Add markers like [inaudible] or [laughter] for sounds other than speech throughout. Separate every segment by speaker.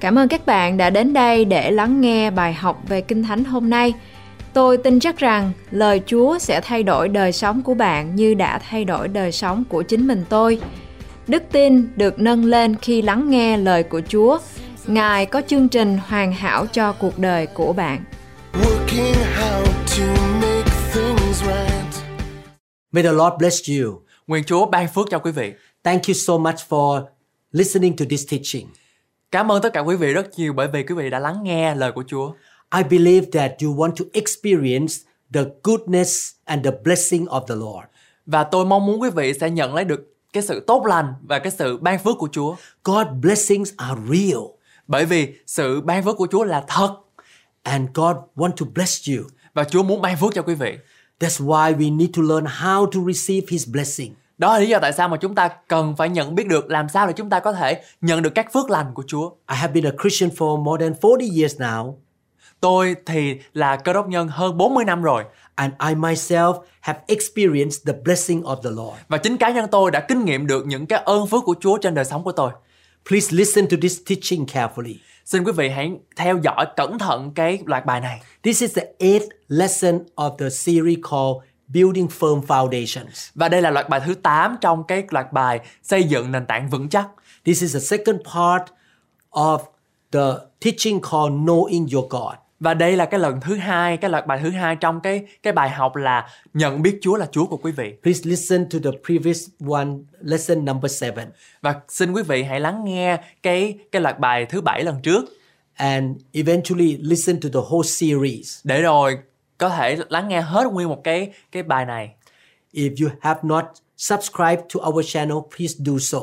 Speaker 1: Cảm ơn các bạn đã đến đây để lắng nghe bài học về Kinh Thánh hôm nay. Tôi tin chắc rằng lời Chúa sẽ thay đổi đời sống của bạn như đã thay đổi đời sống của chính mình tôi. Đức tin được nâng lên khi lắng nghe lời của Chúa. Ngài có chương trình hoàn hảo cho cuộc đời của bạn.
Speaker 2: Working how to make things right.
Speaker 3: May the Lord bless you.
Speaker 4: Nguyện Chúa ban phước cho quý vị.
Speaker 3: Thank you so much for listening to this teaching.
Speaker 4: Cảm ơn tất cả quý vị rất nhiều bởi vì quý vị đã lắng nghe lời của Chúa.
Speaker 3: I believe that you want to experience the goodness and the blessing of the Lord.
Speaker 4: Và tôi mong muốn quý vị sẽ nhận lấy được cái sự tốt lành và cái sự ban phước của Chúa.
Speaker 3: God blessings are real
Speaker 4: Bởi vì sự ban phước của Chúa là thật
Speaker 3: and God want to bless you.
Speaker 4: và Chúa muốn ban phước cho quý vị.
Speaker 3: That's why we need to learn how to receive his blessing.
Speaker 4: Đó là lý do tại sao mà chúng ta cần phải nhận biết được làm sao để chúng ta có thể nhận được các phước lành của Chúa.
Speaker 3: I have been a Christian for more than 40 years now
Speaker 4: Tôi thì là cơ đốc nhân hơn 40 năm rồi
Speaker 3: and I myself have experienced the blessing of the Lord.
Speaker 4: và chính cá nhân tôi đã kinh nghiệm được những cái ơn phước của Chúa trên đời sống của tôi.
Speaker 3: Please listen to this teaching carefully.
Speaker 4: Xin quý vị hãy theo dõi cẩn thận cái loạt bài này.
Speaker 3: This is the eighth lesson of the series called Building Firm Foundations.
Speaker 4: Và đây là loạt bài thứ 8 trong cái loạt bài xây dựng nền tảng vững chắc.
Speaker 3: This is the second part of the teaching called Knowing Your God.
Speaker 4: Và đây là cái lần thứ hai, cái loạt bài thứ hai trong cái cái bài học là nhận biết Chúa là Chúa của quý vị.
Speaker 3: Please listen to the previous one, lesson number seven.
Speaker 4: Và xin quý vị hãy lắng nghe cái cái loạt bài thứ bảy lần trước
Speaker 3: And eventually listen to the whole series.
Speaker 4: để rồi có thể lắng nghe hết nguyên một cái cái bài này.
Speaker 3: If you have not subscribed to our channel, please do so.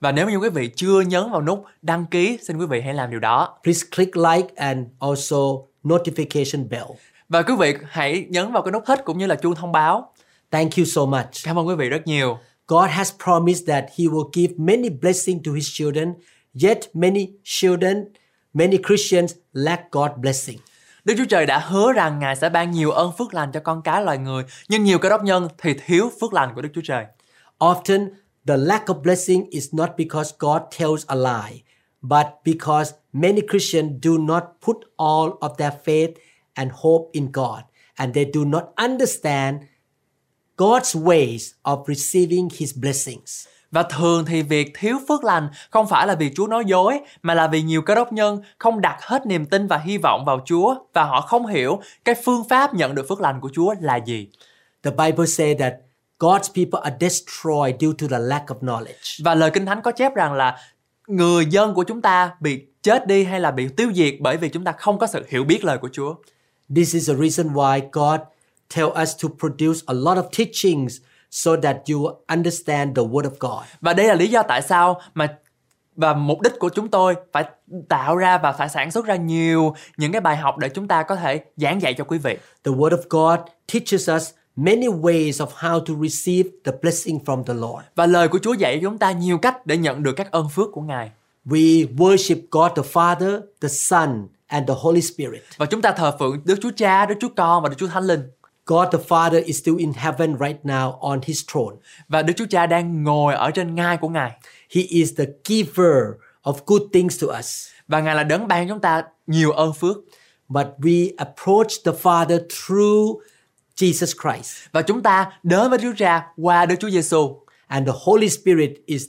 Speaker 4: Và nếu như quý vị chưa nhấn vào nút đăng ký, xin quý vị hãy làm điều đó.
Speaker 3: Please click like and also notification bell.
Speaker 4: Và quý vị hãy nhấn vào cái nút thích cũng như là chuông thông báo.
Speaker 3: Thank you so much.
Speaker 4: Cảm ơn quý vị rất nhiều.
Speaker 3: God has promised that He will give many blessings to His children, yet many children, many Christians lack God's blessing.
Speaker 4: Đức Chúa Trời đã hứa rằng Ngài sẽ ban nhiều ơn phước lành cho con cái loài người, nhưng nhiều cơ đốc nhân thì thiếu phước lành của Đức Chúa Trời.
Speaker 3: Often, the lack of blessing is not because God tells a lie, but because many Christians do not put all of their faith and hope in God, and they do not understand God's ways of receiving His blessings.
Speaker 4: Và thường thì việc thiếu phước lành không phải là vì Chúa nói dối, mà là vì nhiều cơ đốc nhân không đặt hết niềm tin và hy vọng vào Chúa và họ không hiểu cái phương pháp nhận được phước lành của Chúa là gì.
Speaker 3: The Bible says that God's people are destroyed due to the lack of knowledge.
Speaker 4: Và lời Kinh Thánh có chép rằng là người dân của chúng ta bị chết đi hay là bị tiêu diệt bởi vì chúng ta không có sự hiểu biết lời của Chúa.
Speaker 3: This is the reason why God tell us to produce a lot of teachings so that you will understand the Word of God.
Speaker 4: Và đây là lý do tại sao mà và mục đích của chúng tôi phải tạo ra và phải sản xuất ra nhiều những cái bài học để chúng ta có thể giảng dạy cho quý vị.
Speaker 3: The Word of God teaches us many ways of how to receive the blessing from the Lord.
Speaker 4: Và lời của Chúa dạy chúng ta nhiều cách để nhận được các ơn phước của Ngài.
Speaker 3: We worship God the Father, the Son, and the Holy Spirit.
Speaker 4: Và chúng ta thờ phượng Đức Chúa Cha, Đức Chúa Con và Đức Chúa Thánh Linh.
Speaker 3: God the Father is still in heaven right now on his throne.
Speaker 4: Và Đức Chúa Cha đang ngồi ở trên ngai của Ngài.
Speaker 3: He is the giver of good things to us.
Speaker 4: Và Ngài là đấng ban chúng ta nhiều ơn phước.
Speaker 3: But we approach the Father through Jesus Christ.
Speaker 4: Và chúng ta đến với Đức Chúa Cha qua Đức Chúa Giêsu.
Speaker 3: And the Holy Spirit is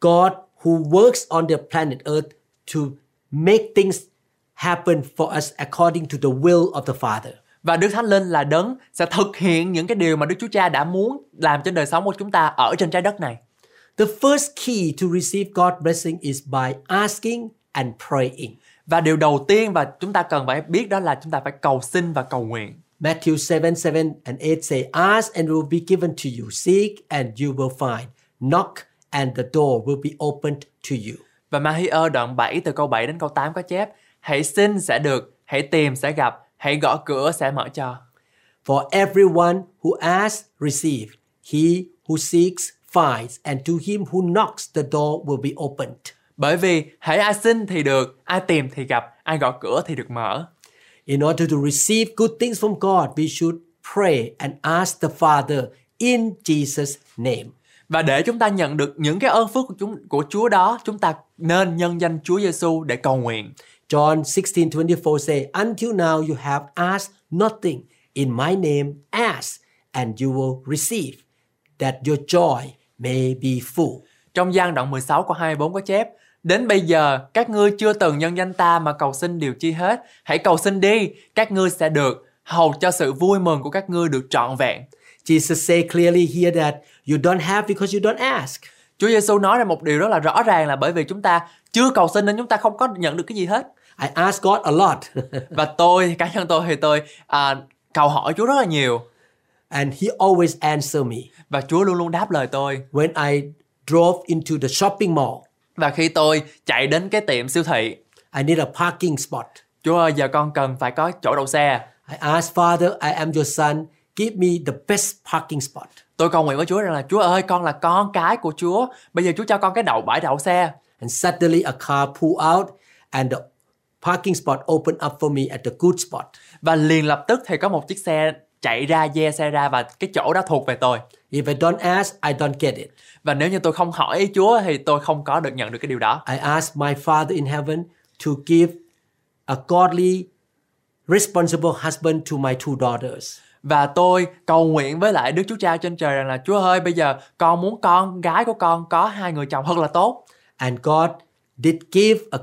Speaker 3: God who works on the planet Earth to make things happen for us according to the will of the Father.
Speaker 4: Và Đức Thánh Linh là đấng sẽ thực hiện những cái điều mà Đức Chúa Cha đã muốn làm trên đời sống của chúng ta ở trên trái đất này.
Speaker 3: The first key to receive God's blessing is by asking and praying.
Speaker 4: Và điều đầu tiên và chúng ta cần phải biết đó là chúng ta phải cầu xin và cầu nguyện.
Speaker 3: Matthew 7 7 and 8 say, Ask and it will be given to you, seek and you will find, knock and the door will be opened to you.
Speaker 4: Và Mahir đoạn 7 từ câu 7 đến câu 8 có chép Hãy xin sẽ được, hãy tìm sẽ gặp, hãy gõ cửa sẽ mở cho.
Speaker 3: For everyone who asks, receive. He who seeks, finds, and to him who knocks, the door will be opened.
Speaker 4: Bởi vì hãy ai xin thì được, ai tìm thì gặp, ai gõ cửa thì được mở.
Speaker 3: In order to receive good things from God, we should pray and ask the Father in Jesus' name.
Speaker 4: Và để chúng ta nhận được những cái ơn phước của chúng của Chúa đó, chúng ta nên nhân danh Chúa Giêsu để cầu nguyện.
Speaker 3: John 16 24 say, Until now you have asked nothing. In my name, ask, and you will receive, that your joy may be full.
Speaker 4: Trong gian đoạn 16 của 24 có chép Đến bây giờ, các ngươi chưa từng nhân danh ta mà cầu xin điều chi hết. Hãy cầu xin đi, các ngươi sẽ được. Hầu cho sự vui mừng của các ngươi được trọn vẹn.
Speaker 3: Jesus say clearly here that you don't have because you don't ask.
Speaker 4: Chúa Giêsu nói ra một điều rất là rõ ràng là bởi vì chúng ta chưa cầu xin nên chúng ta không có nhận được cái gì hết.
Speaker 3: I ask God a lot, [laughs]
Speaker 4: Và tôi, cá nhân tôi thì tôi à, cầu hỏi Chúa rất là nhiều
Speaker 3: and He always answer me.
Speaker 4: và Chúa luôn luôn đáp lời tôi.
Speaker 3: When I drove into the shopping mall,
Speaker 4: Và khi tôi chạy đến cái tiệm siêu thị,
Speaker 3: I need a parking spot.
Speaker 4: Chúa ơi giờ con cần phải có chỗ đậu xe.
Speaker 3: I ask Father, I am your son. Give me the best parking spot.
Speaker 4: Tôi cầu nguyện với Chúa rằng là Chúa ơi con là con cái của Chúa, bây giờ Chúa cho con cái đậu bãi đậu xe.
Speaker 3: And suddenly a car pull out, and the parking spot opened up for me at the good spot.
Speaker 4: Và liền lập tức thì có một chiếc xe chạy ra, dê xe ra và cái chỗ đó thuộc về tôi.
Speaker 3: If I don't ask, I don't get it.
Speaker 4: Và nếu như tôi không hỏi ý Chúa thì tôi không có được nhận được cái điều đó.
Speaker 3: I ask my Father in heaven to give a godly, responsible husband to my two daughters.
Speaker 4: Và tôi cầu nguyện với lại Đức Chúa Cha trên trời rằng là Chúa ơi bây giờ con muốn con gái của con có hai người chồng thật là tốt.
Speaker 3: And God did give a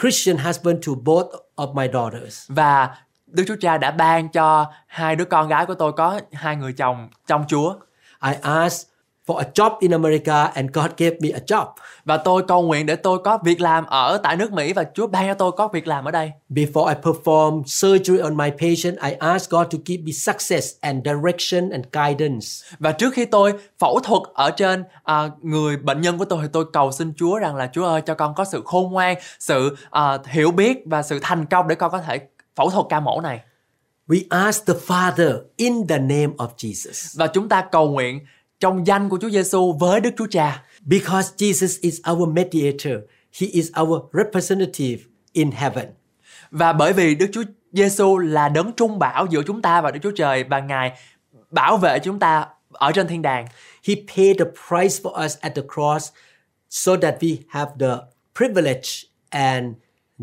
Speaker 3: Christian husband to both of my daughters.
Speaker 4: Và Đức Chúa Cha đã ban cho hai đứa con gái của tôi có hai người chồng trong Chúa.
Speaker 3: I asked for a job in America, and God gave me a job.
Speaker 4: Và tôi cầu nguyện để tôi có việc làm ở tại nước Mỹ và Chúa ban cho tôi có việc làm ở đây.
Speaker 3: Before I perform surgery on my patient, I ask God to give me success and direction and guidance.
Speaker 4: Và trước khi tôi phẫu thuật ở trên à, người bệnh nhân của tôi thì tôi cầu xin Chúa rằng là Chúa ơi cho con có sự khôn ngoan, sự à, hiểu biết và sự thành công để con có thể phẫu thuật ca mổ này.
Speaker 3: We ask the Father in the name of Jesus
Speaker 4: Và chúng ta cầu nguyện trong danh của Chúa Giêsu với Đức Chúa Cha.
Speaker 3: because Jesus is our mediator. He is our representative in heaven.
Speaker 4: Và bởi vì Đức Chúa Giêsu là đấng trung bảo giữa chúng ta và Đức Chúa Trời và Ngài bảo vệ chúng ta ở trên thiên đàng.
Speaker 3: He paid the price for us at the cross so that we have the privilege and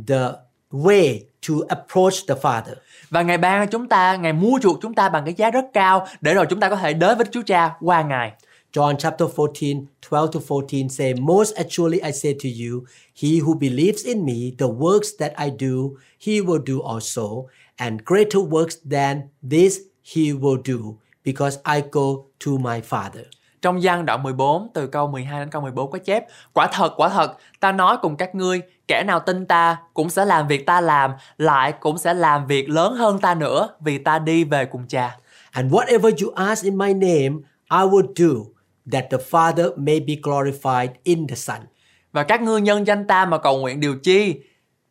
Speaker 3: the way to approach the Father.
Speaker 4: Và Ngài ban cho chúng ta, Ngài mua chuộc chúng ta bằng cái giá rất cao để rồi chúng ta có thể đến với Đức Chúa Cha qua Ngài.
Speaker 3: John chapter 14, 12 to 14 say, Most actually I say to you, he who believes in me, the works that I do, he will do also, and greater works than this he will do, because I go to my Father.
Speaker 4: Trong gian đoạn 14 từ câu 12 đến câu 14 có chép Quả thật, quả thật, ta nói cùng các ngươi Kẻ nào tin ta cũng sẽ làm việc ta làm Lại cũng sẽ làm việc lớn hơn ta nữa Vì ta đi về cùng cha
Speaker 3: And whatever you ask in my name, I will do, that the Father may be glorified in the Son.
Speaker 4: Và các ngươi nhân danh ta mà cầu nguyện điều chi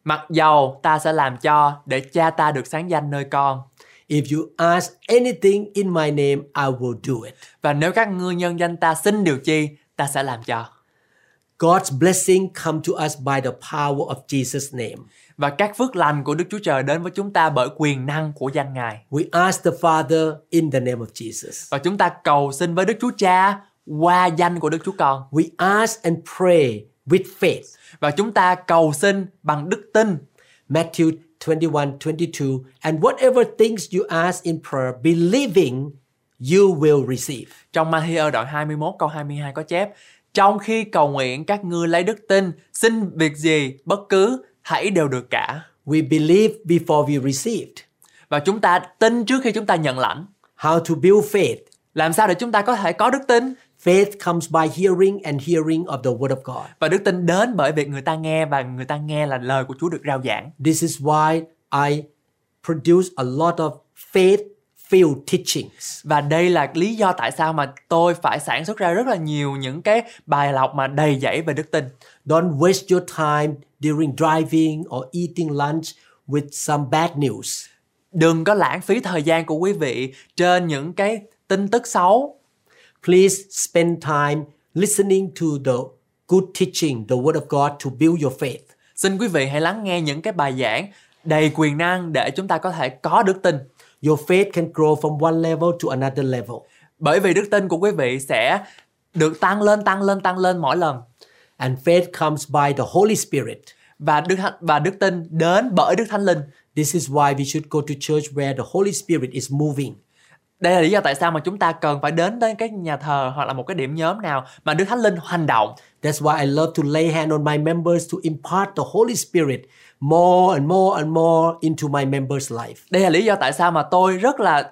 Speaker 4: Mặc dầu ta sẽ làm cho Để cha ta được sáng danh nơi con
Speaker 3: If you ask anything in my name, I will do it.
Speaker 4: Và nếu các ngươi nhân danh ta xin điều chi Ta sẽ làm cho
Speaker 3: God's blessing come to us by the power of Jesus' name.
Speaker 4: Và các phước lành của Đức Chúa Trời đến với chúng ta bởi quyền năng của danh Ngài
Speaker 3: We ask the Father in the name of Jesus.
Speaker 4: Và chúng ta cầu xin với Đức Chúa Cha qua danh của Đức Chúa Con
Speaker 3: We ask and pray with faith.
Speaker 4: và chúng ta cầu xin bằng đức tin.
Speaker 3: Matthew 21 22. And whatever things you ask in prayer, believing, you will receive.
Speaker 4: Trong Matthew đoạn 21 câu 22 có chép: Trong khi cầu nguyện các ngươi lấy đức tin, xin việc gì bất cứ hãy đều được cả.
Speaker 3: We believe before we received.
Speaker 4: Và chúng ta tin trước khi chúng ta nhận lãnh.
Speaker 3: How to build faith.
Speaker 4: Làm sao để chúng ta có thể có đức tin?
Speaker 3: Faith comes by hearing and hearing of the Word of God.
Speaker 4: Và đức tin đến bởi việc người ta nghe và người ta nghe là lời của Chúa được rao giảng.
Speaker 3: This is why I produce a lot of faith filled teachings.
Speaker 4: Và đây là lý do tại sao mà tôi phải sản xuất ra rất là nhiều những cái bài lọc mà đầy dẫy về đức tin.
Speaker 3: Don't waste your time during driving or eating lunch with some bad news.
Speaker 4: Đừng có lãng phí thời gian của quý vị trên những cái tin tức xấu
Speaker 3: Please spend time listening to the good teaching, the Word of God, to build your faith.
Speaker 4: Xin quý vị hãy lắng nghe những cái bài giảng đầy quyền năng để chúng ta có thể có đức tin.
Speaker 3: Your faith can grow from one level to another level.
Speaker 4: Bởi vì đức tin của quý vị sẽ được tăng lên tăng lên tăng lên mỗi lần
Speaker 3: And faith comes by the Holy Spirit.
Speaker 4: và đức Thánh- và đức tin đến bởi đức thánh linh
Speaker 3: This is why we should go to church where the Holy Spirit is moving.
Speaker 4: đây là lý do tại sao mà chúng ta cần phải đến đến cái nhà thờ hoặc là một cái điểm nhóm nào mà đức thánh linh hành động
Speaker 3: That's why I love to lay hand on my members to impart the Holy Spirit more and more and more into my members' life.
Speaker 4: đây là lý do tại sao mà tôi rất là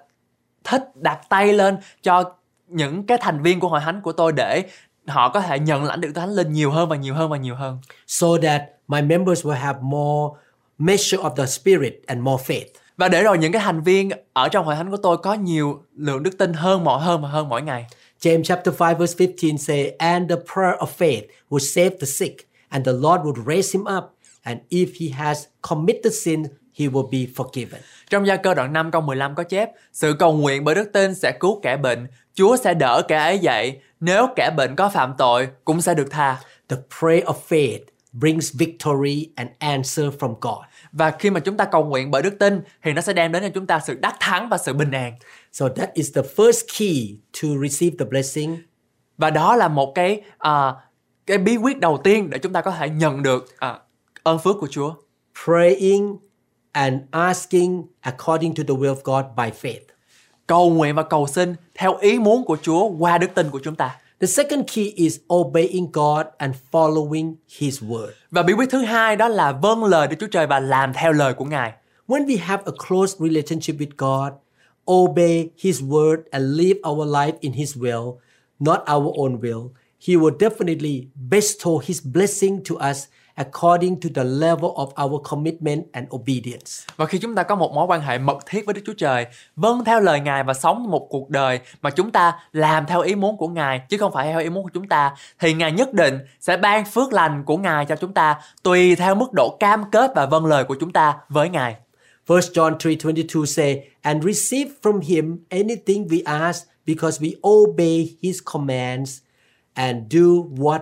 Speaker 4: thích đặt tay lên cho những cái thành viên của hội thánh của tôi để họ có thể nhận lãnh được thánh linh nhiều hơn và nhiều hơn và nhiều hơn
Speaker 3: so that my members will have more measure of the spirit and more faith.
Speaker 4: và để rồi những cái thành viên ở trong hội thánh của tôi có nhiều lượng đức tin hơn mọi hơn và hơn mỗi ngày
Speaker 3: James chapter 5 verse 15 say, And the prayer of faith will save the sick, and the Lord would raise him up, and if he has committed sin, he will be forgiven.
Speaker 4: Trong gia cơ đoạn 5 câu 15 có chép, sự cầu nguyện bởi đức tin sẽ cứu kẻ bệnh, Chúa sẽ đỡ kẻ ấy dậy, nếu kẻ bệnh có phạm tội cũng sẽ được tha.
Speaker 3: The prayer of faith brings victory and answer from God.
Speaker 4: Và khi mà chúng ta cầu nguyện bởi đức tin thì nó sẽ đem đến cho chúng ta sự đắc thắng và sự bình an.
Speaker 3: So that is the first key to receive the blessing
Speaker 4: Và đó là một cái à, cái bí quyết đầu tiên để chúng ta có thể nhận được à, ơn phước của Chúa.
Speaker 3: praying and asking according to the will of God by faith.
Speaker 4: Cầu nguyện và cầu xin theo ý muốn của Chúa qua đức tin của chúng ta.
Speaker 3: The second key is obeying God and following His word.
Speaker 4: Và bí quyết thứ hai đó là vâng lời Đức Chúa Trời và làm theo lời của Ngài.
Speaker 3: When we have a close relationship with God, obey His word, and live our life in His will, not our own will, He will definitely bestow His blessing to us according to the level of our commitment and obedience.
Speaker 4: Và khi chúng ta có một mối quan hệ mật thiết với Đức Chúa Trời, vâng theo lời Ngài và sống một cuộc đời mà chúng ta làm theo ý muốn của Ngài chứ không phải theo ý muốn của chúng ta thì Ngài nhất định sẽ ban phước lành của Ngài cho chúng ta tùy theo mức độ cam kết và vâng lời của chúng ta với Ngài.
Speaker 3: 1 John 3:22 say, "And receive from him anything we ask because we obey his commands and do what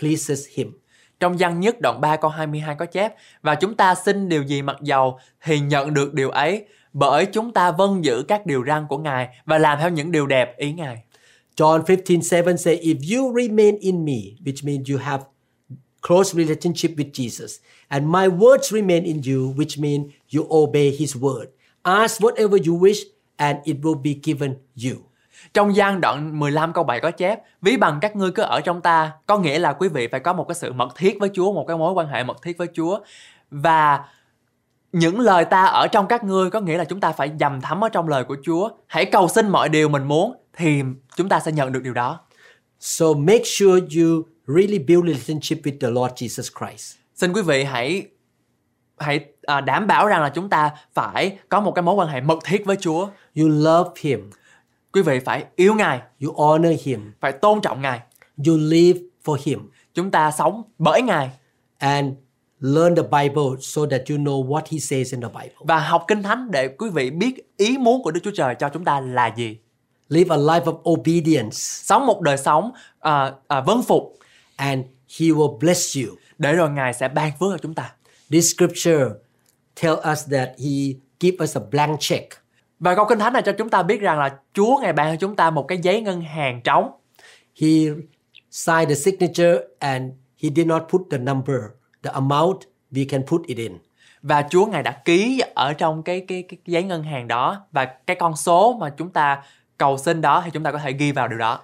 Speaker 3: pleases him."
Speaker 4: Trong văn nhất đoạn 3 câu 22 có chép Và chúng ta xin điều gì mặc dầu thì nhận được điều ấy bởi chúng ta vâng giữ các điều răn của Ngài và làm theo những điều đẹp ý Ngài.
Speaker 3: John 15, 7 say, If you remain in me, which means you have close relationship with Jesus, and my words remain in you, which means you obey his word. Ask whatever you wish, and it will be given you.
Speaker 4: Trong gian đoạn 15 câu 7 có chép Ví bằng các ngươi cứ ở trong ta Có nghĩa là quý vị phải có một cái sự mật thiết với Chúa Một cái mối quan hệ mật thiết với Chúa Và những lời ta ở trong các ngươi Có nghĩa là chúng ta phải dầm thấm ở trong lời của Chúa Hãy cầu xin mọi điều mình muốn Thì chúng ta sẽ nhận được điều đó
Speaker 3: So make sure you really build relationship with the Lord Jesus Christ.
Speaker 4: Xin quý vị hãy hãy à, đảm bảo rằng là chúng ta phải có một cái mối quan hệ mật thiết với Chúa
Speaker 3: You love him,
Speaker 4: Quý vị phải yêu Ngài,
Speaker 3: you honor him,
Speaker 4: phải tôn trọng Ngài
Speaker 3: you live for him,
Speaker 4: Chúng ta sống bởi Ngài
Speaker 3: and learn the Bible so that you know what he says in the Bible.
Speaker 4: và học kinh thánh để quý vị biết ý muốn của Đức Chúa Trời cho chúng ta là gì.
Speaker 3: Live a life of obedience.
Speaker 4: Sống một đời sống à, à, vâng phục
Speaker 3: and he will bless you.
Speaker 4: để rồi Ngài sẽ ban phước cho chúng ta.
Speaker 3: This scripture tell us that he give us a blank check.
Speaker 4: Và câu kinh thánh này cho chúng ta biết rằng là Chúa Ngài ban cho chúng ta một cái giấy ngân hàng trống
Speaker 3: He signed the signature and he did not put the number, the amount we can put it in.
Speaker 4: và Chúa Ngài đã ký ở trong cái cái cái giấy ngân hàng đó và cái con số mà chúng ta cầu xin đó thì chúng ta có thể ghi vào điều đó.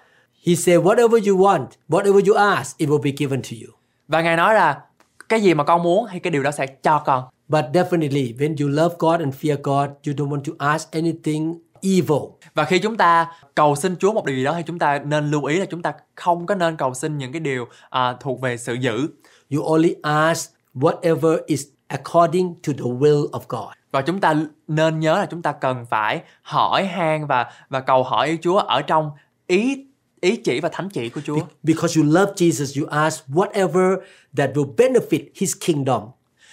Speaker 3: He said, whatever you want, whatever you ask, it will be given to you.
Speaker 4: Và Ngài nói là cái gì mà con muốn thì cái điều đó sẽ cho con.
Speaker 3: But definitely, when you love God and fear God, you don't want to ask anything evil.
Speaker 4: Và khi chúng ta cầu xin Chúa một điều gì đó thì chúng ta nên lưu ý là chúng ta không có nên cầu xin những cái điều à, thuộc về sự dữ
Speaker 3: You only ask whatever is according to the will of God.
Speaker 4: và chúng ta nên nhớ là chúng ta cần phải hỏi han và và cầu hỏi ý Chúa ở trong ý ý chỉ và thánh chỉ của Chúa.
Speaker 3: Because you love Jesus, you ask whatever that will benefit his kingdom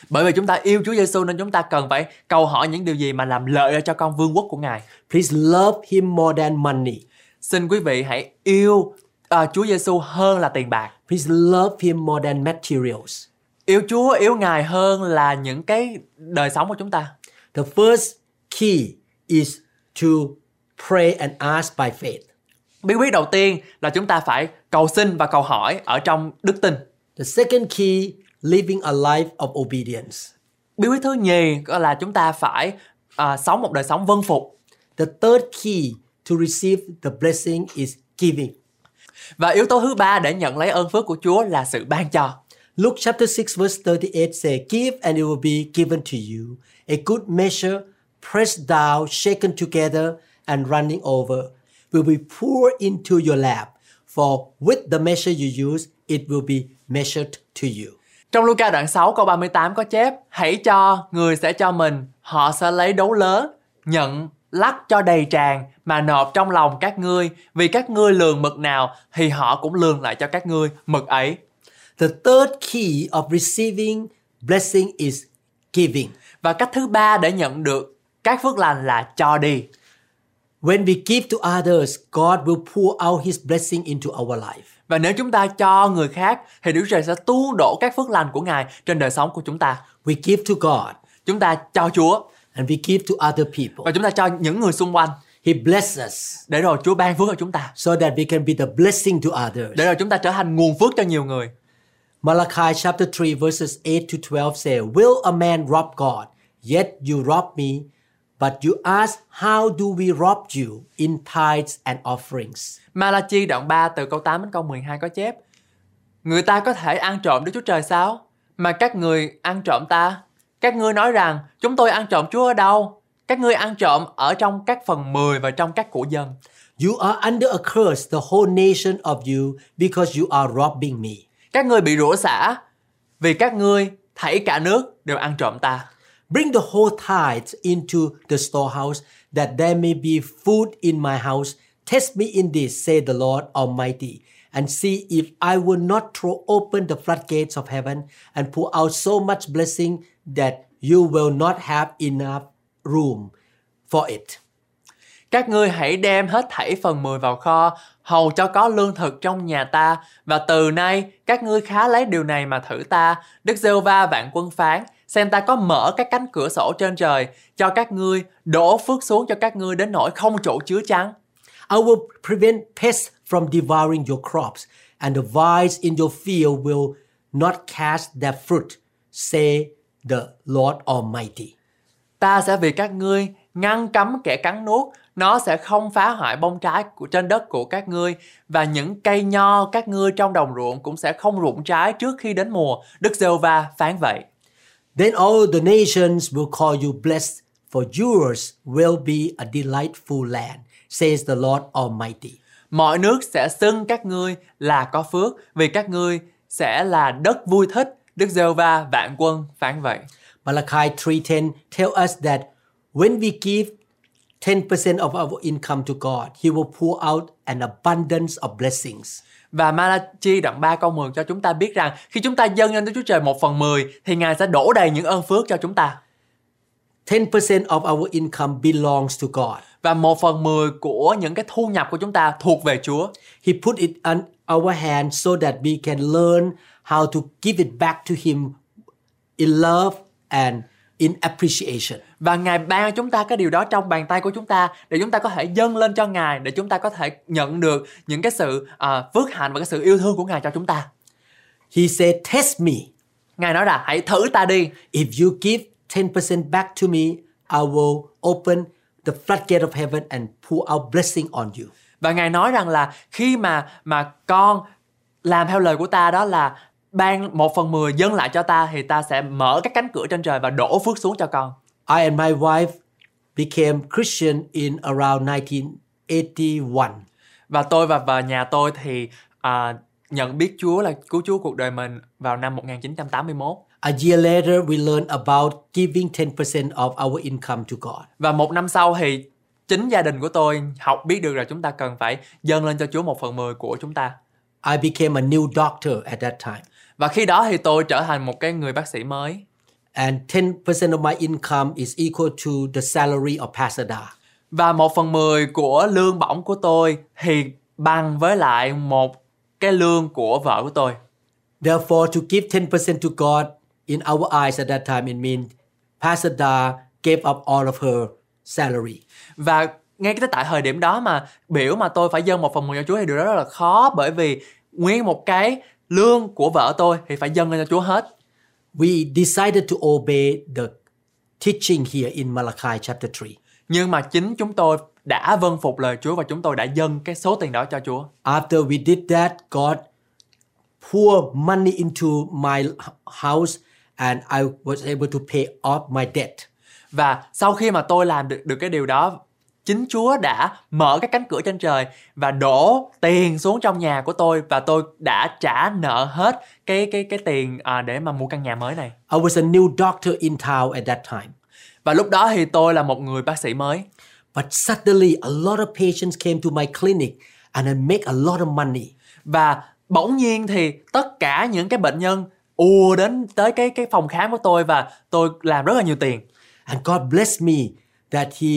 Speaker 4: Bởi vì chúng ta yêu Chúa Giêsu nên chúng ta cần phải cầu hỏi những điều gì mà làm lợi cho con vương quốc của Ngài.
Speaker 3: Please love him more than money.
Speaker 4: Xin quý vị hãy yêu à, Chúa Giêsu hơn là tiền bạc.
Speaker 3: Please love him more than materials.
Speaker 4: Yêu Chúa, yêu Ngài hơn là những cái đời sống của chúng ta.
Speaker 3: The first key is to pray and ask by faith.
Speaker 4: bí quyết đầu tiên là chúng ta phải cầu xin và cầu hỏi ở trong đức tin
Speaker 3: The second key, living a life of obedience.
Speaker 4: bí quyết thứ nhì đó là chúng ta phải à, sống một đời sống vâng phục
Speaker 3: The third key to receive the blessing is giving.
Speaker 4: và yếu tố thứ ba để nhận lấy ơn phước của Chúa là sự ban cho
Speaker 3: Luke chapter 6 verse 38 says, Give and it will be given to you. A good measure, pressed down, shaken together, and running over, will be poured into your lap. For with the measure you use, it will be measured to you.
Speaker 4: Trong Luca đoạn 6 câu 38 có chép Hãy cho, người sẽ cho mình, họ sẽ lấy đấu lớn, nhận, lắc cho đầy tràn mà nộp trong lòng các ngươi Vì các ngươi lường mực nào thì họ cũng lường lại cho các ngươi mực ấy
Speaker 3: The third key of receiving blessing is giving.
Speaker 4: Và cách thứ ba để nhận được các phước lành là cho đi
Speaker 3: When we give to others, God will pour out His blessing into our life.
Speaker 4: Và nếu chúng ta cho người khác thì Đức Trời sẽ tuôn đổ các phước lành của Ngài trên đời sống của chúng ta
Speaker 3: We give to God
Speaker 4: Chúng ta cho Chúa
Speaker 3: and we give to other people.
Speaker 4: và chúng ta cho những người xung quanh
Speaker 3: He blesses us
Speaker 4: để rồi Chúa ban phước cho chúng ta
Speaker 3: so that we can be the blessing to others.
Speaker 4: để rồi chúng ta trở thành nguồn phước cho nhiều người
Speaker 3: Malachi chapter 3 verses 8 to 12 say, Will a man rob God? Yet you rob me. But you ask, how do we rob you? In tithes and offerings.
Speaker 4: Malachi đoạn 3 từ câu 8 đến câu 12 có chép Người ta có thể ăn trộm Đức Chúa Trời sao? Mà các người ăn trộm ta Các ngươi nói rằng chúng tôi ăn trộm Chúa ở đâu? Các ngươi ăn trộm ở trong các phần 10 và trong các của dân
Speaker 3: You are under a curse, the whole nation of you, because you are robbing me.
Speaker 4: Các ngươi bị rủa xả Vì các ngươi thảy cả nước đều ăn trộm ta
Speaker 3: Bring the whole tithe into the storehouse, that there may be food in my house. Test me in this, say the Lord Almighty, and see if I will not throw open the floodgates of heaven and pour out so much blessing that you will not have enough room for it.
Speaker 4: Các ngươi hãy đem hết thảy phần 10 vào kho, hầu cho có lương thực trong nhà ta. Và từ nay, các ngươi khá lấy điều này mà thử ta. Đức giê va vạn quân phán, xem ta có mở các cánh cửa sổ trên trời, cho các ngươi đổ phước xuống cho các ngươi đến nỗi không chỗ chứa chắn.
Speaker 3: I will prevent pests from devouring your crops, and the vines in your field will not cast their fruit, say the Lord Almighty.
Speaker 4: Ta sẽ vì các ngươi ngăn cấm kẻ cắn nuốt, nó sẽ không phá hoại bông trái của trên đất của các ngươi và những cây nho các ngươi trong đồng ruộng cũng sẽ không rụng trái trước khi đến mùa. Đức Giê-hô-va phán vậy.
Speaker 3: Then all the nations will call you blessed, for yours will be a delightful land, says the Lord Almighty.
Speaker 4: Mọi nước sẽ xưng các ngươi là có phước vì các ngươi sẽ là đất vui thích. Đức giê va vạn quân phán vậy.
Speaker 3: Malachi 3:10 tell us that when we give 10% of our income to God, he will pour out an abundance of blessings.
Speaker 4: Và Malachi đoạn 3 câu 10 cho chúng ta biết rằng khi chúng ta dâng lên Đức Chúa Trời 1 phần 10 thì Ngài sẽ đổ đầy những ơn phước cho chúng ta.
Speaker 3: 10% of our income belongs to God.
Speaker 4: Và 1 phần 10 của những cái thu nhập của chúng ta thuộc về Chúa.
Speaker 3: He put it on our hand so that we can learn how to give it back to him in love and in appreciation.
Speaker 4: Và Ngài ban chúng ta cái điều đó trong bàn tay của chúng ta để chúng ta có thể dâng lên cho Ngài để chúng ta có thể nhận được những cái sự à, phước hạnh và cái sự yêu thương của Ngài cho chúng ta.
Speaker 3: He said, Test me.
Speaker 4: Ngài nói là hãy thử ta đi
Speaker 3: If you give 10% back to me, I will open the floodgate of heaven and pour out blessing on you.
Speaker 4: và ngài nói rằng là khi mà mà con làm theo lời của ta đó là ban một phần mười dâng lại cho ta thì ta sẽ mở các cánh cửa trên trời và đổ phước xuống cho con
Speaker 3: I and my wife became Christian in around 1981.
Speaker 4: và tôi và và nhà tôi thì à, nhận biết Chúa là cứu Chúa cuộc đời mình vào năm 1981
Speaker 3: A year later, we learned about giving 10% of our income to God.
Speaker 4: và một năm sau thì chính gia đình của tôi học biết được là chúng ta cần phải dâng lên cho Chúa một phần mười của chúng ta
Speaker 3: I became a new doctor at that time.
Speaker 4: và khi đó thì tôi trở thành một cái người bác sĩ mới
Speaker 3: And 10% of my income is equal to the salary of Pastor Da.
Speaker 4: Và 1 phần 10 của lương bổng của tôi thì bằng với lại một cái lương của vợ của tôi.
Speaker 3: Therefore, to give 10% to God in our eyes at that time, it means Pastor Da gave up all of her salary.
Speaker 4: Và ngay cái tại thời điểm đó mà biểu mà tôi phải dâng một phần mười cho Chúa thì điều đó rất là khó bởi vì nguyên một cái lương của vợ tôi thì phải dâng lên cho Chúa hết.
Speaker 3: We decided to obey the teaching here in Malachi chapter 3.
Speaker 4: Nhưng mà chính chúng tôi đã vâng phục lời Chúa và chúng tôi đã dâng cái số tiền đó cho Chúa.
Speaker 3: After we did that, God poured money into my h- house and I was able to pay off my debt.
Speaker 4: Và sau khi mà tôi làm được được cái điều đó, chính Chúa đã mở các cánh cửa trên trời và đổ tiền xuống trong nhà của tôi và tôi đã trả nợ hết cái cái cái tiền à, để mà mua căn nhà mới này.
Speaker 3: I was a new doctor in town at that time.
Speaker 4: Và lúc đó thì tôi là một người bác sĩ mới.
Speaker 3: But suddenly, a lot of patients came to my clinic and I make a lot of money.
Speaker 4: và bỗng nhiên thì tất cả những cái bệnh nhân ùa đến tới cái cái phòng khám của tôi và tôi làm rất là nhiều tiền
Speaker 3: And God blessed me that He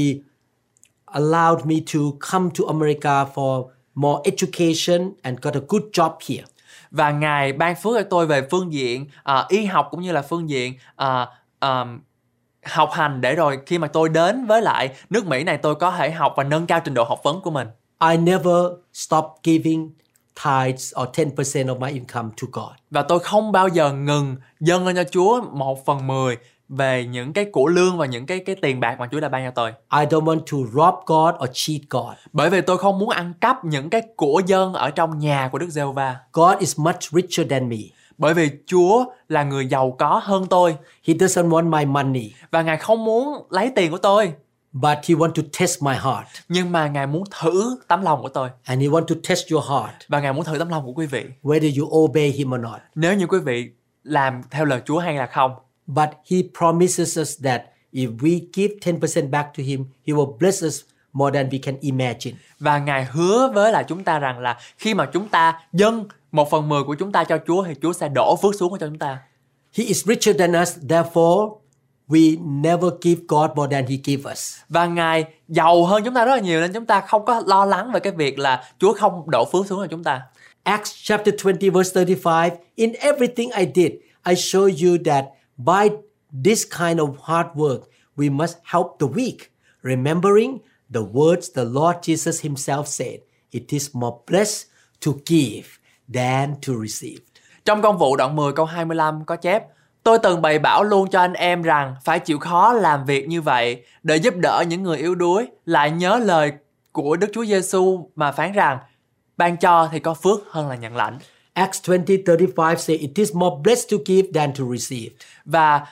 Speaker 3: allowed me to come to America for more education and got a good job here.
Speaker 4: và ngài ban phước cho tôi về phương diện à, y học cũng như là phương diện à, ờm, học hành để rồi khi mà tôi đến với lại nước Mỹ này tôi có thể học và nâng cao trình độ học vấn của mình
Speaker 3: I never stopped giving tithes or 10% of my income to God.
Speaker 4: và tôi không bao giờ ngừng dâng lên cho Chúa một phần mười về những cái của lương và những cái cái tiền bạc mà Chúa đã ban cho tôi
Speaker 3: I don't want to rob God or cheat God.
Speaker 4: bởi vì tôi không muốn ăn cắp những cái của dân ở trong nhà của Đức Giê-hô-va
Speaker 3: God is much richer than me.
Speaker 4: Bởi vì Chúa là người giàu có hơn tôi
Speaker 3: He doesn't want my money,
Speaker 4: và Ngài không muốn lấy tiền của tôi,
Speaker 3: but He wants to test my heart.
Speaker 4: nhưng mà Ngài muốn thử tấm lòng của tôi
Speaker 3: And He wants to test your heart,
Speaker 4: và Ngài muốn thử tấm lòng của quý vị.
Speaker 3: whether you obey Him or not.
Speaker 4: Nếu như quý vị làm theo lời Chúa hay là không.
Speaker 3: But he promises us that if we give 10% back to him, he will bless us more than we can imagine.
Speaker 4: Và Ngài hứa với là chúng ta rằng là khi mà chúng ta dâng một phần mười của chúng ta cho Chúa thì Chúa sẽ đổ phước xuống cho chúng ta.
Speaker 3: He is richer than us, therefore, we never give God more than he gives us.
Speaker 4: Và Ngài giàu hơn chúng ta rất là nhiều nên chúng ta không có lo lắng về cái việc là Chúa không đổ phước xuống cho chúng ta.
Speaker 3: Acts chapter 20, verse 35 In everything I did, I show you that by this kind of hard work, we must help the weak, remembering the words the Lord Jesus himself said It is more blessed to give than to receive.
Speaker 4: Trong công vụ đoạn 10 câu 25 có chép Tôi từng bày bảo luôn cho anh em rằng phải chịu khó làm việc như vậy để giúp đỡ những người yếu đuối lại nhớ lời của Đức Chúa Giêsu mà phán rằng ban cho thì có phước hơn là nhận lãnh.
Speaker 3: Acts 20 35 say it is more blessed to give than to receive.
Speaker 4: Và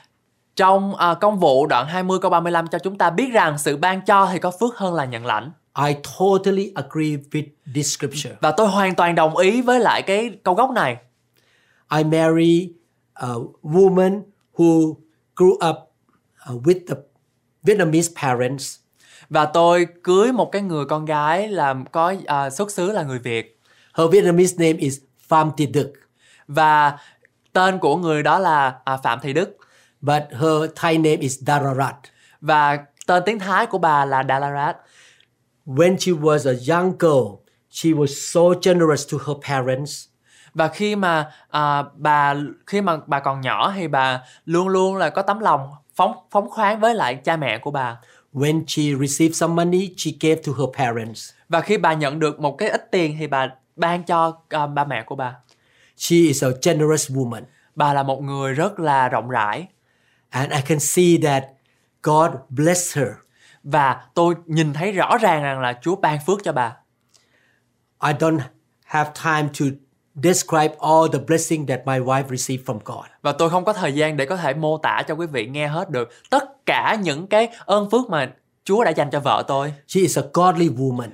Speaker 4: trong à, công vụ đoạn 20 câu 35 cho chúng ta biết rằng sự ban cho thì có phước hơn là nhận lãnh.
Speaker 3: I totally agree with this scripture.
Speaker 4: Và tôi hoàn toàn đồng ý với lại cái câu gốc này.
Speaker 3: I marry a woman who grew up uh, with the Vietnamese parents
Speaker 4: Và tôi cưới một cái người con gái làm có à, xuất xứ là người Việt.
Speaker 3: her Vietnamese name is Pham Thị Đức
Speaker 4: và tên của người đó là à, Phạm Thị Đức
Speaker 3: but her Thai name is Dararat.
Speaker 4: và tên tiếng Thái của bà là Dalarat
Speaker 3: When she was a young girl, she was so generous to her parents.
Speaker 4: và khi mà à, bà khi mà bà còn nhỏ thì bà luôn luôn là có tấm lòng phóng phóng khoáng với lại cha mẹ của bà
Speaker 3: When she received some money, she gave to her parents.
Speaker 4: và khi bà nhận được một cái ít tiền thì bà ban cho à, ba mẹ của bà
Speaker 3: She is a generous woman.
Speaker 4: bà là một người rất là rộng rãi
Speaker 3: And I can see that God blessed her.
Speaker 4: và tôi nhìn thấy rõ ràng rằng là Chúa ban phước cho bà
Speaker 3: I don't have time to describe all the blessing that my wife received from God.
Speaker 4: và tôi không có thời gian để có thể mô tả cho quý vị nghe hết được tất cả những cái ơn phước mà Chúa đã dành cho vợ tôi.
Speaker 3: She is a godly woman.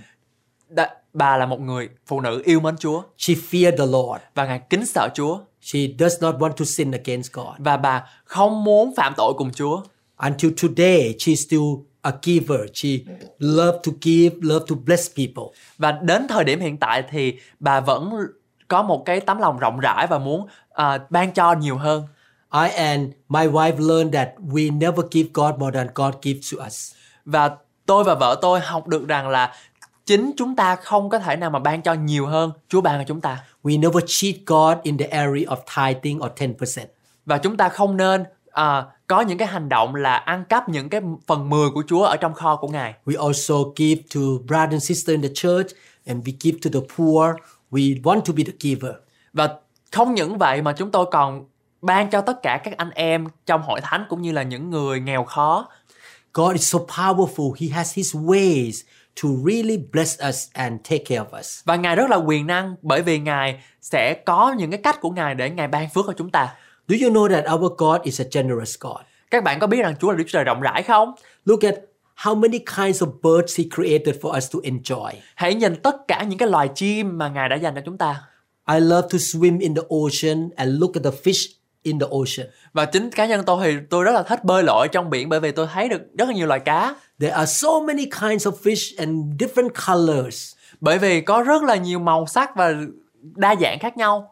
Speaker 4: Đã, bà là một người phụ nữ yêu mến Chúa
Speaker 3: She feared the Lord.
Speaker 4: và ngài kính sợ Chúa
Speaker 3: She does not want to sin against God.
Speaker 4: và bà không muốn phạm tội cùng Chúa
Speaker 3: Until today, she's still a giver. She loves to give, loves to bless people.
Speaker 4: và đến thời điểm hiện tại thì bà vẫn có một cái tấm lòng rộng rãi và muốn à, ban cho nhiều hơn
Speaker 3: I and my wife learned that we never give God more than God gives to us.
Speaker 4: và tôi và vợ tôi học được rằng là chính chúng ta không có thể nào mà ban cho nhiều hơn Chúa ban cho chúng ta
Speaker 3: We never cheat God in the area of tithing or 10%.
Speaker 4: và chúng ta không nên à, có những cái hành động là ăn cắp những cái phần 10 của Chúa ở trong kho của Ngài.
Speaker 3: We also give to brothers and sisters in the church and we give to the poor. We want to be the giver.
Speaker 4: Và không những vậy mà chúng tôi còn ban cho tất cả các anh em trong hội thánh cũng như là những người nghèo khó.
Speaker 3: God is so powerful. He has his ways to really bless us and take care of us.
Speaker 4: Và Ngài rất là quyền năng bởi vì Ngài sẽ có những cái cách của Ngài để Ngài ban phước cho chúng ta.
Speaker 3: Do you know that our God is a generous God?
Speaker 4: Các bạn có biết rằng Chúa là Đức Chúa Trời rộng rãi không?
Speaker 3: Look at how many kinds of birds he created for us to enjoy.
Speaker 4: Hãy nhìn tất cả những cái loài chim mà Ngài đã dành cho chúng ta.
Speaker 3: I love to swim in the ocean and look at the fish in the ocean.
Speaker 4: Và chính cá nhân tôi thì tôi rất là thích bơi lội trong biển bởi vì tôi thấy được rất là nhiều loài cá.
Speaker 3: There are so many kinds of fish and different colors.
Speaker 4: Bởi vì có rất là nhiều màu sắc và đa dạng khác nhau.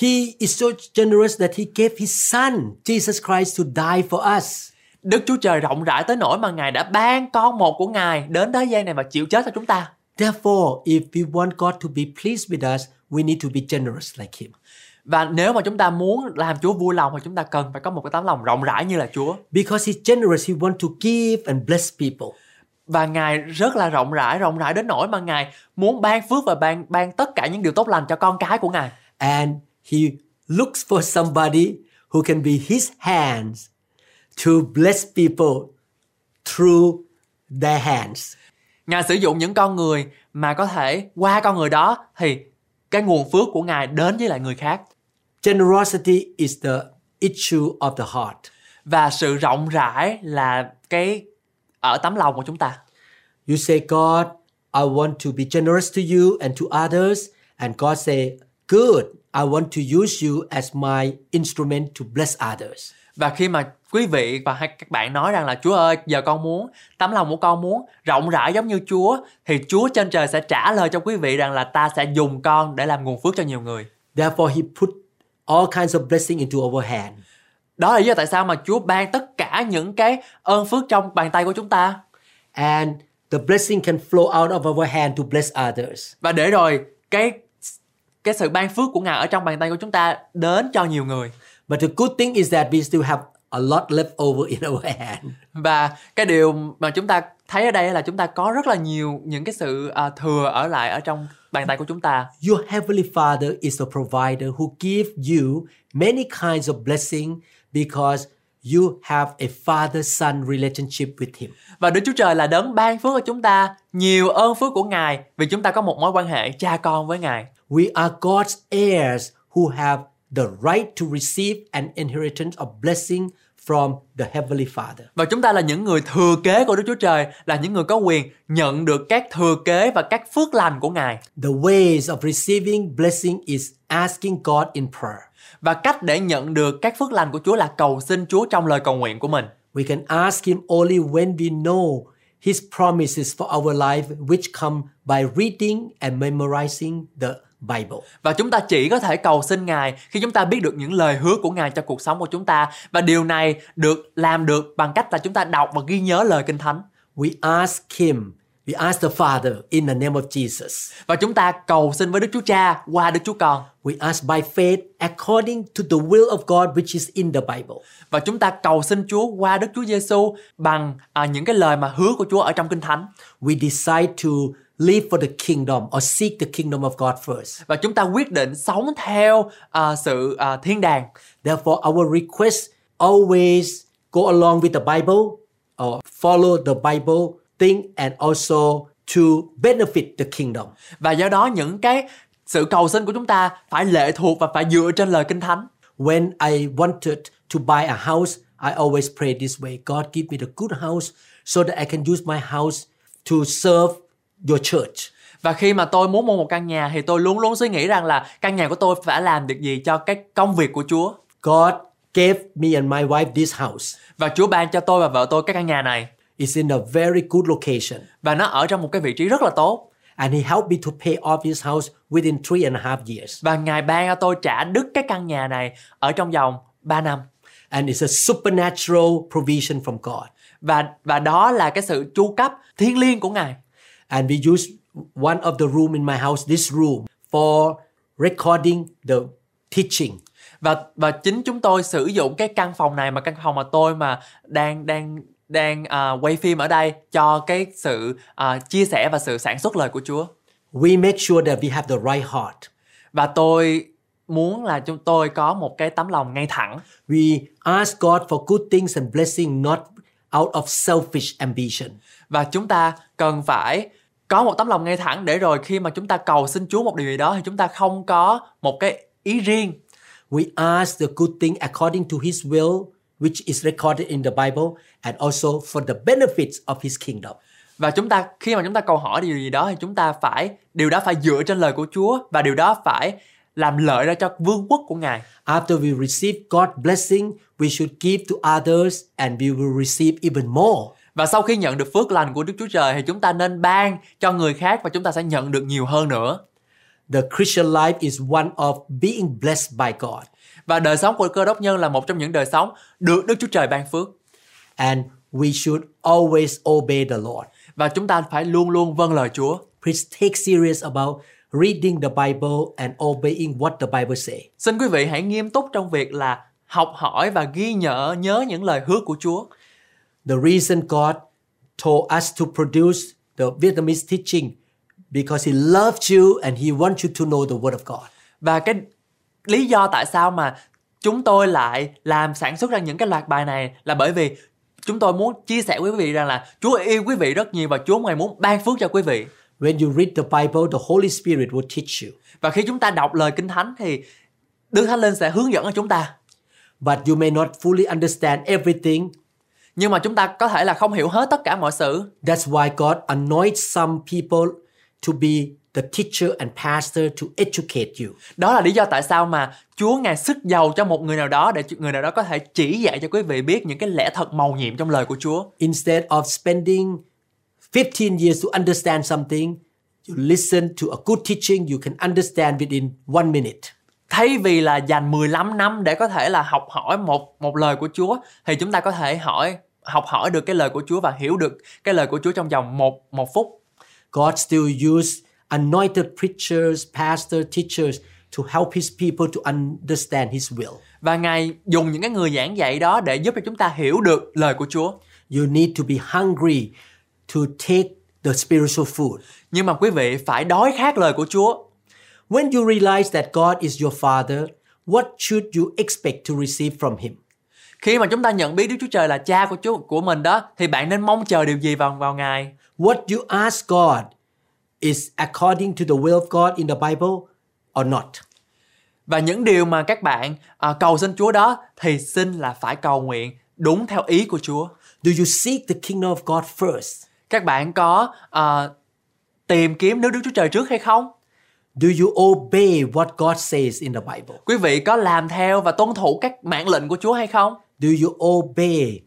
Speaker 3: He is so generous that he gave his son, Jesus Christ, to die for us.
Speaker 4: Đức Chúa Trời rộng rãi tới nỗi mà Ngài đã ban con một của Ngài đến thế gian này và chịu chết cho chúng ta.
Speaker 3: Therefore, if we want God to be pleased with us, we need to be generous like him.
Speaker 4: Và nếu mà chúng ta muốn làm Chúa vui lòng thì chúng ta cần phải có một cái tấm lòng rộng rãi như là Chúa.
Speaker 3: Because he's generous, he wants to give and bless people.
Speaker 4: Và Ngài rất là rộng rãi, rộng rãi đến nỗi mà Ngài muốn ban phước và ban ban tất cả những điều tốt lành cho con cái của Ngài.
Speaker 3: And he looks for somebody who can be his hands to bless people through their hands.
Speaker 4: Ngài sử dụng những con người mà có thể qua con người đó thì cái nguồn phước của Ngài đến với lại người khác.
Speaker 3: Generosity is the issue of the heart.
Speaker 4: Và sự rộng rãi là cái ở tấm lòng của chúng ta.
Speaker 3: You say, God, I want to be generous to you and to others. And God say, good, I want to use you as my instrument to bless others.
Speaker 4: Và khi mà quý vị và hay các bạn nói rằng là Chúa ơi, giờ con muốn, tấm lòng của con muốn rộng rãi giống như Chúa thì Chúa trên trời sẽ trả lời cho quý vị rằng là ta sẽ dùng con để làm nguồn phước cho nhiều người.
Speaker 3: Therefore, he put all kinds of blessing into our hand.
Speaker 4: Đó là lý do tại sao mà Chúa ban tất cả những cái ơn phước trong bàn tay của chúng ta
Speaker 3: And the blessing can flow out of our hand to bless others.
Speaker 4: và để rồi cái cái sự ban phước của Ngài ở trong bàn tay của chúng ta đến cho nhiều người.
Speaker 3: But the good thing is that we still have a lot left over [laughs] in our hand.
Speaker 4: Và cái điều mà chúng ta thấy ở đây là chúng ta có rất là nhiều những cái sự à, thừa ở lại ở trong bàn tay của chúng ta.
Speaker 3: Your heavenly Father is the provider who gives you many kinds of blessing because you have a father-son relationship with him.
Speaker 4: Và Đức Chúa Trời là đấng ban phước cho chúng ta nhiều ơn phước của Ngài vì chúng ta có một mối quan hệ cha con với Ngài.
Speaker 3: We are God's heirs who have the right to receive an inheritance of blessing from the heavenly Father.
Speaker 4: Và chúng ta là những người thừa kế của Đức Chúa Trời, là những người có quyền nhận được các thừa kế và các phước lành của Ngài.
Speaker 3: The ways of receiving blessing is asking God in prayer.
Speaker 4: Và cách để nhận được các phước lành của Chúa là cầu xin Chúa trong lời cầu nguyện của mình.
Speaker 3: We can ask Him only when we know His promises for our life, which come by reading and memorizing the Bible.
Speaker 4: Và chúng ta chỉ có thể cầu xin Ngài khi chúng ta biết được những lời hứa của Ngài cho cuộc sống của chúng ta và điều này được làm được bằng cách là chúng ta đọc và ghi nhớ lời Kinh Thánh.
Speaker 3: We ask Him, we ask the Father in the name of Jesus.
Speaker 4: Và chúng ta cầu xin với Đức Chúa Cha qua Đức Chúa Con
Speaker 3: We ask by faith according to the will of God, which is in the Bible.
Speaker 4: và chúng ta cầu xin Chúa qua Đức Chúa Giêsu bằng à, những cái lời mà hứa của Chúa ở trong Kinh Thánh
Speaker 3: We decide to live for the kingdom or seek the kingdom of God first.
Speaker 4: và chúng ta quyết định sống theo à, sự à, thiên đàng.
Speaker 3: Therefore, our requests always go along with the Bible or follow the Bible thing and also to benefit the kingdom.
Speaker 4: Và do đó những cái sự cầu xin của chúng ta phải lệ thuộc và phải dựa trên lời Kinh Thánh.
Speaker 3: When I wanted to buy a house, I always pray this way God, give me the good house so that I can use my house to serve your church.
Speaker 4: Và khi mà tôi muốn mua một căn nhà thì tôi luôn luôn suy nghĩ rằng là căn nhà của tôi phải làm được gì cho cái công việc của Chúa.
Speaker 3: God gave me and my wife this house.
Speaker 4: Và Chúa ban cho tôi và vợ tôi cái căn nhà này
Speaker 3: It's in a very good location.
Speaker 4: và nó ở trong một cái vị trí rất là tốt
Speaker 3: And he helped me to pay off this house within three and a half years.
Speaker 4: và Ngài ban cho tôi trả đứt cái căn nhà này ở trong vòng 3 năm.
Speaker 3: And it's a supernatural provision from God.
Speaker 4: Và và đó là cái sự chu cấp thiêng liêng của Ngài.
Speaker 3: And we use one of the room in my house, this room, for recording the teaching.
Speaker 4: và và chính chúng tôi sử dụng cái căn phòng này mà căn phòng mà tôi mà đang đang đang à, quay phim ở đây cho cái sự à, chia sẻ và sự sản xuất lời của Chúa
Speaker 3: We make sure that we have the right heart.
Speaker 4: và tôi muốn là chúng tôi có một cái tấm lòng ngay thẳng
Speaker 3: We ask God for good things and blessing, not out of selfish ambition.
Speaker 4: và chúng ta cần phải có một tấm lòng ngay thẳng để rồi khi mà chúng ta cầu xin Chúa một điều gì đó thì chúng ta không có một cái ý riêng
Speaker 3: We ask the good thing according to His will, which is recorded in the Bible, and also for the benefits of His kingdom.
Speaker 4: và chúng ta khi mà chúng ta câu hỏi điều gì đó thì chúng ta phải điều đó phải dựa trên lời của Chúa và điều đó phải làm lợi ra cho vương quốc của Ngài
Speaker 3: After we receive God's blessing, we should give to others and we will receive even more.
Speaker 4: và sau khi nhận được phước lành của Đức Chúa Trời thì chúng ta nên ban cho người khác và chúng ta sẽ nhận được nhiều hơn nữa
Speaker 3: The Christian life is one of being blessed by God.
Speaker 4: và đời sống của cơ đốc nhân là một trong những đời sống được Đức Chúa Trời ban phước
Speaker 3: and we should always obey the Lord.
Speaker 4: và chúng ta phải luôn luôn vâng lời Chúa
Speaker 3: Please take serious about reading the Bible and obeying what the Bible say.
Speaker 4: Xin quý vị hãy nghiêm túc trong việc là học hỏi và ghi nhớ nhớ những lời hứa của Chúa.
Speaker 3: The reason God told us to produce the Vietnamese teaching because he loved you and he wants you to know the word of God.
Speaker 4: Và cái lý do tại sao mà chúng tôi lại làm sản xuất ra những cái loạt bài này là bởi vì chúng tôi muốn chia sẻ với quý vị rằng là Chúa yêu quý vị rất nhiều và Chúa ngày muốn ban phước cho quý vị.
Speaker 3: When you read the Bible, the Holy Spirit will teach you.
Speaker 4: Và khi chúng ta đọc lời Kinh Thánh thì Đức Thánh Linh sẽ hướng dẫn cho chúng ta.
Speaker 3: But you may not fully understand everything.
Speaker 4: Nhưng mà chúng ta có thể là không hiểu hết tất cả mọi sự.
Speaker 3: That's why God anoints some people to be the teacher and pastor to educate you.
Speaker 4: Đó là lý do tại sao mà Chúa Ngài sức giàu cho một người nào đó để người nào đó có thể chỉ dạy cho quý vị biết những cái lẽ thật màu nhiệm trong lời của Chúa.
Speaker 3: instead of spending 15 years to understand something, you listen to a good teaching you can understand within one minute.
Speaker 4: Thay vì là dành 15 năm để có thể là học hỏi một một lời của Chúa thì chúng ta có thể hỏi học hỏi được cái lời của Chúa và hiểu được cái lời của Chúa trong vòng một một phút.
Speaker 3: God still used anointed preachers, pastors, teachers to help his people to understand his will.
Speaker 4: Và Ngài dùng những cái người giảng dạy đó để giúp cho chúng ta hiểu được lời của Chúa.
Speaker 3: You need to be hungry to take the spiritual food.
Speaker 4: Nhưng mà quý vị phải đói khát lời của Chúa.
Speaker 3: When you realize that God is your father, what should you expect to receive from him?
Speaker 4: Khi mà chúng ta nhận biết Đức Chúa Trời là cha của Chúa của mình đó thì bạn nên mong chờ điều gì vào vào Ngài?
Speaker 3: What you ask God is according to the will of God in the Bible or not.
Speaker 4: Và những điều mà các bạn à, cầu xin Chúa đó thì xin là phải cầu nguyện đúng theo ý của Chúa.
Speaker 3: Do you seek the kingdom of God first?
Speaker 4: Các bạn có à, tìm kiếm nước Đức Chúa Trời trước hay không?
Speaker 3: Do you obey what God says in the Bible?
Speaker 4: Quý vị có làm theo và tuân thủ các mạng lệnh của Chúa hay không?
Speaker 3: Do you obey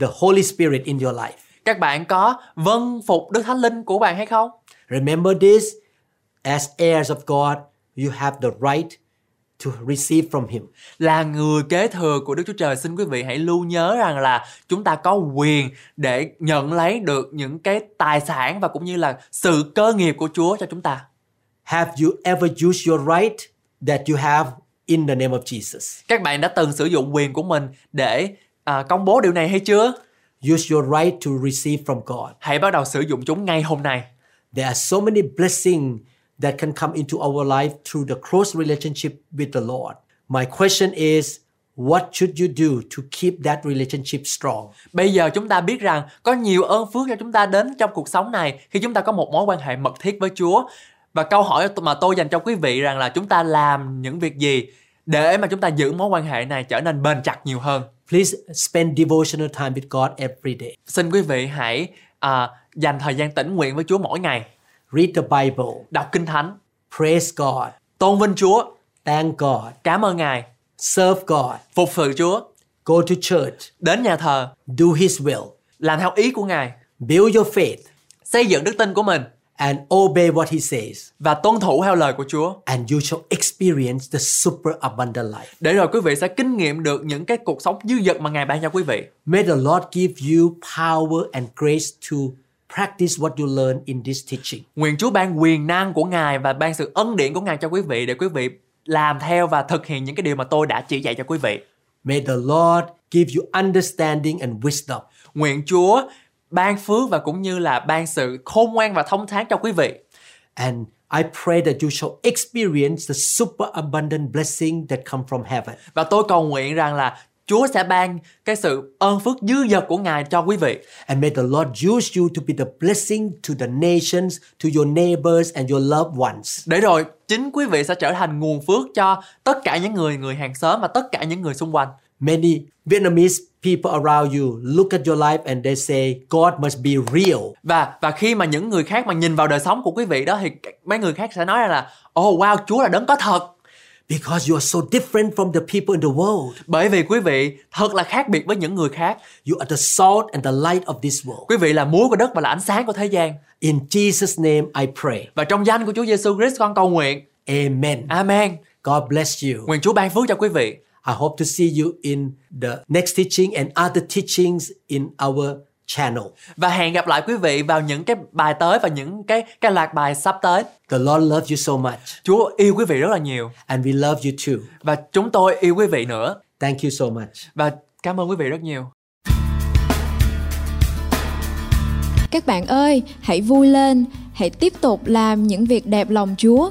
Speaker 3: the Holy Spirit in your life?
Speaker 4: Các bạn có vâng phục Đức Thánh Linh của bạn hay không?
Speaker 3: Remember this as heirs of God, you have the right to receive from Him.
Speaker 4: Là người kế thừa của Đức Chúa Trời xin quý vị hãy lưu nhớ rằng là chúng ta có quyền để nhận lấy được những cái tài sản và cũng như là sự cơ nghiệp của Chúa cho chúng ta.
Speaker 3: Have you ever used your right that you have in the name of Jesus?
Speaker 4: các bạn đã từng sử dụng quyền của mình để à, công bố điều này hay chưa
Speaker 3: Use your right to receive from God.
Speaker 4: hãy bắt đầu sử dụng chúng ngay hôm nay
Speaker 3: There are so many blessings that can come into our life through the close relationship with the Lord. My question is, what should you do to keep that relationship strong?
Speaker 4: bây giờ chúng ta biết rằng có nhiều ơn phước cho chúng ta đến trong cuộc sống này khi chúng ta có một mối quan hệ mật thiết với chúa và câu hỏi mà tôi dành cho quý vị rằng là chúng ta làm những việc gì để mà chúng ta giữ mối quan hệ này trở nên bền chặt nhiều hơn
Speaker 3: Please spend devotional time with God every day.
Speaker 4: xin quý vị hãy à, dành thời gian tĩnh nguyện với chúa mỗi ngày
Speaker 3: Read the Bible,
Speaker 4: đọc kinh thánh
Speaker 3: praise God,
Speaker 4: tôn vinh chúa
Speaker 3: thank God,
Speaker 4: cảm ơn ngài
Speaker 3: serve God,
Speaker 4: phục sự chúa
Speaker 3: go to church,
Speaker 4: đến nhà thờ
Speaker 3: do His will,
Speaker 4: làm theo ý của ngài
Speaker 3: build your faith,
Speaker 4: xây dựng đức tin của mình
Speaker 3: and obey what He says.
Speaker 4: và tuân thủ theo lời của Chúa
Speaker 3: And you shall experience the super abundant life.
Speaker 4: để rồi quý vị sẽ kinh nghiệm được những cái cuộc sống dư dật mà Ngài ban cho quý vị.
Speaker 3: May the Lord give you power and grace to practice what you learn in this teaching.
Speaker 4: Nguyện Chúa ban quyền năng của Ngài và ban sự ân điển của Ngài cho quý vị để quý vị làm theo và thực hiện những cái điều mà tôi đã chỉ dạy cho quý vị.
Speaker 3: May the Lord give you understanding and wisdom.
Speaker 4: Nguyện Chúa ban phước và cũng như là ban sự khôn ngoan và thông thái cho quý vị.
Speaker 3: And I pray that you shall experience the superabundant blessing that come from heaven.
Speaker 4: Và tôi cầu nguyện rằng là Chúa sẽ ban cái sự ơn phước dư dật của Ngài cho quý vị.
Speaker 3: And may the Lord use you to be the blessing to the nations, to your neighbors and your loved ones.
Speaker 4: Để rồi chính quý vị sẽ trở thành nguồn phước cho tất cả những người người hàng xóm và tất cả những người xung quanh.
Speaker 3: Many Vietnamese people around you look at your life and they say God must be real.
Speaker 4: Và và khi mà những người khác mà nhìn vào đời sống của quý vị đó thì c- mấy người khác sẽ nói rằng là Oh wow, Chúa là đấng có thật.
Speaker 3: Because you are so different from the people in the world.
Speaker 4: Bởi vì quý vị thật là khác biệt với những người khác.
Speaker 3: You are the salt and the light of this world.
Speaker 4: Quý vị là muối của đất và là ánh sáng của thế gian.
Speaker 3: In Jesus' name I pray.
Speaker 4: Và trong danh của Chúa Giêsu Christ con cầu nguyện.
Speaker 3: Amen.
Speaker 4: Amen.
Speaker 3: God bless you.
Speaker 4: Nguyện Chúa ban phước cho quý vị.
Speaker 3: I hope to see you in the next teaching and other teachings in our channel.
Speaker 4: Và hẹn gặp lại quý vị vào những cái bài tới và những cái cái loạt bài sắp tới.
Speaker 3: The Lord loves you so much,
Speaker 4: Chúa yêu quý vị rất là nhiều
Speaker 3: and we love you too.
Speaker 4: và chúng tôi yêu quý vị nữa
Speaker 3: Thank you so much.
Speaker 4: và cảm ơn quý vị rất nhiều.
Speaker 1: Các bạn ơi, hãy vui lên, hãy tiếp tục làm những việc đẹp lòng Chúa.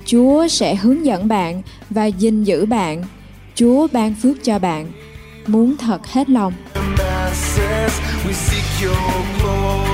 Speaker 1: Chúa sẽ hướng dẫn bạn và gìn giữ bạn. Chúa ban phước cho bạn. Muốn thật hết lòng.
Speaker 2: Masses, we seek your glory.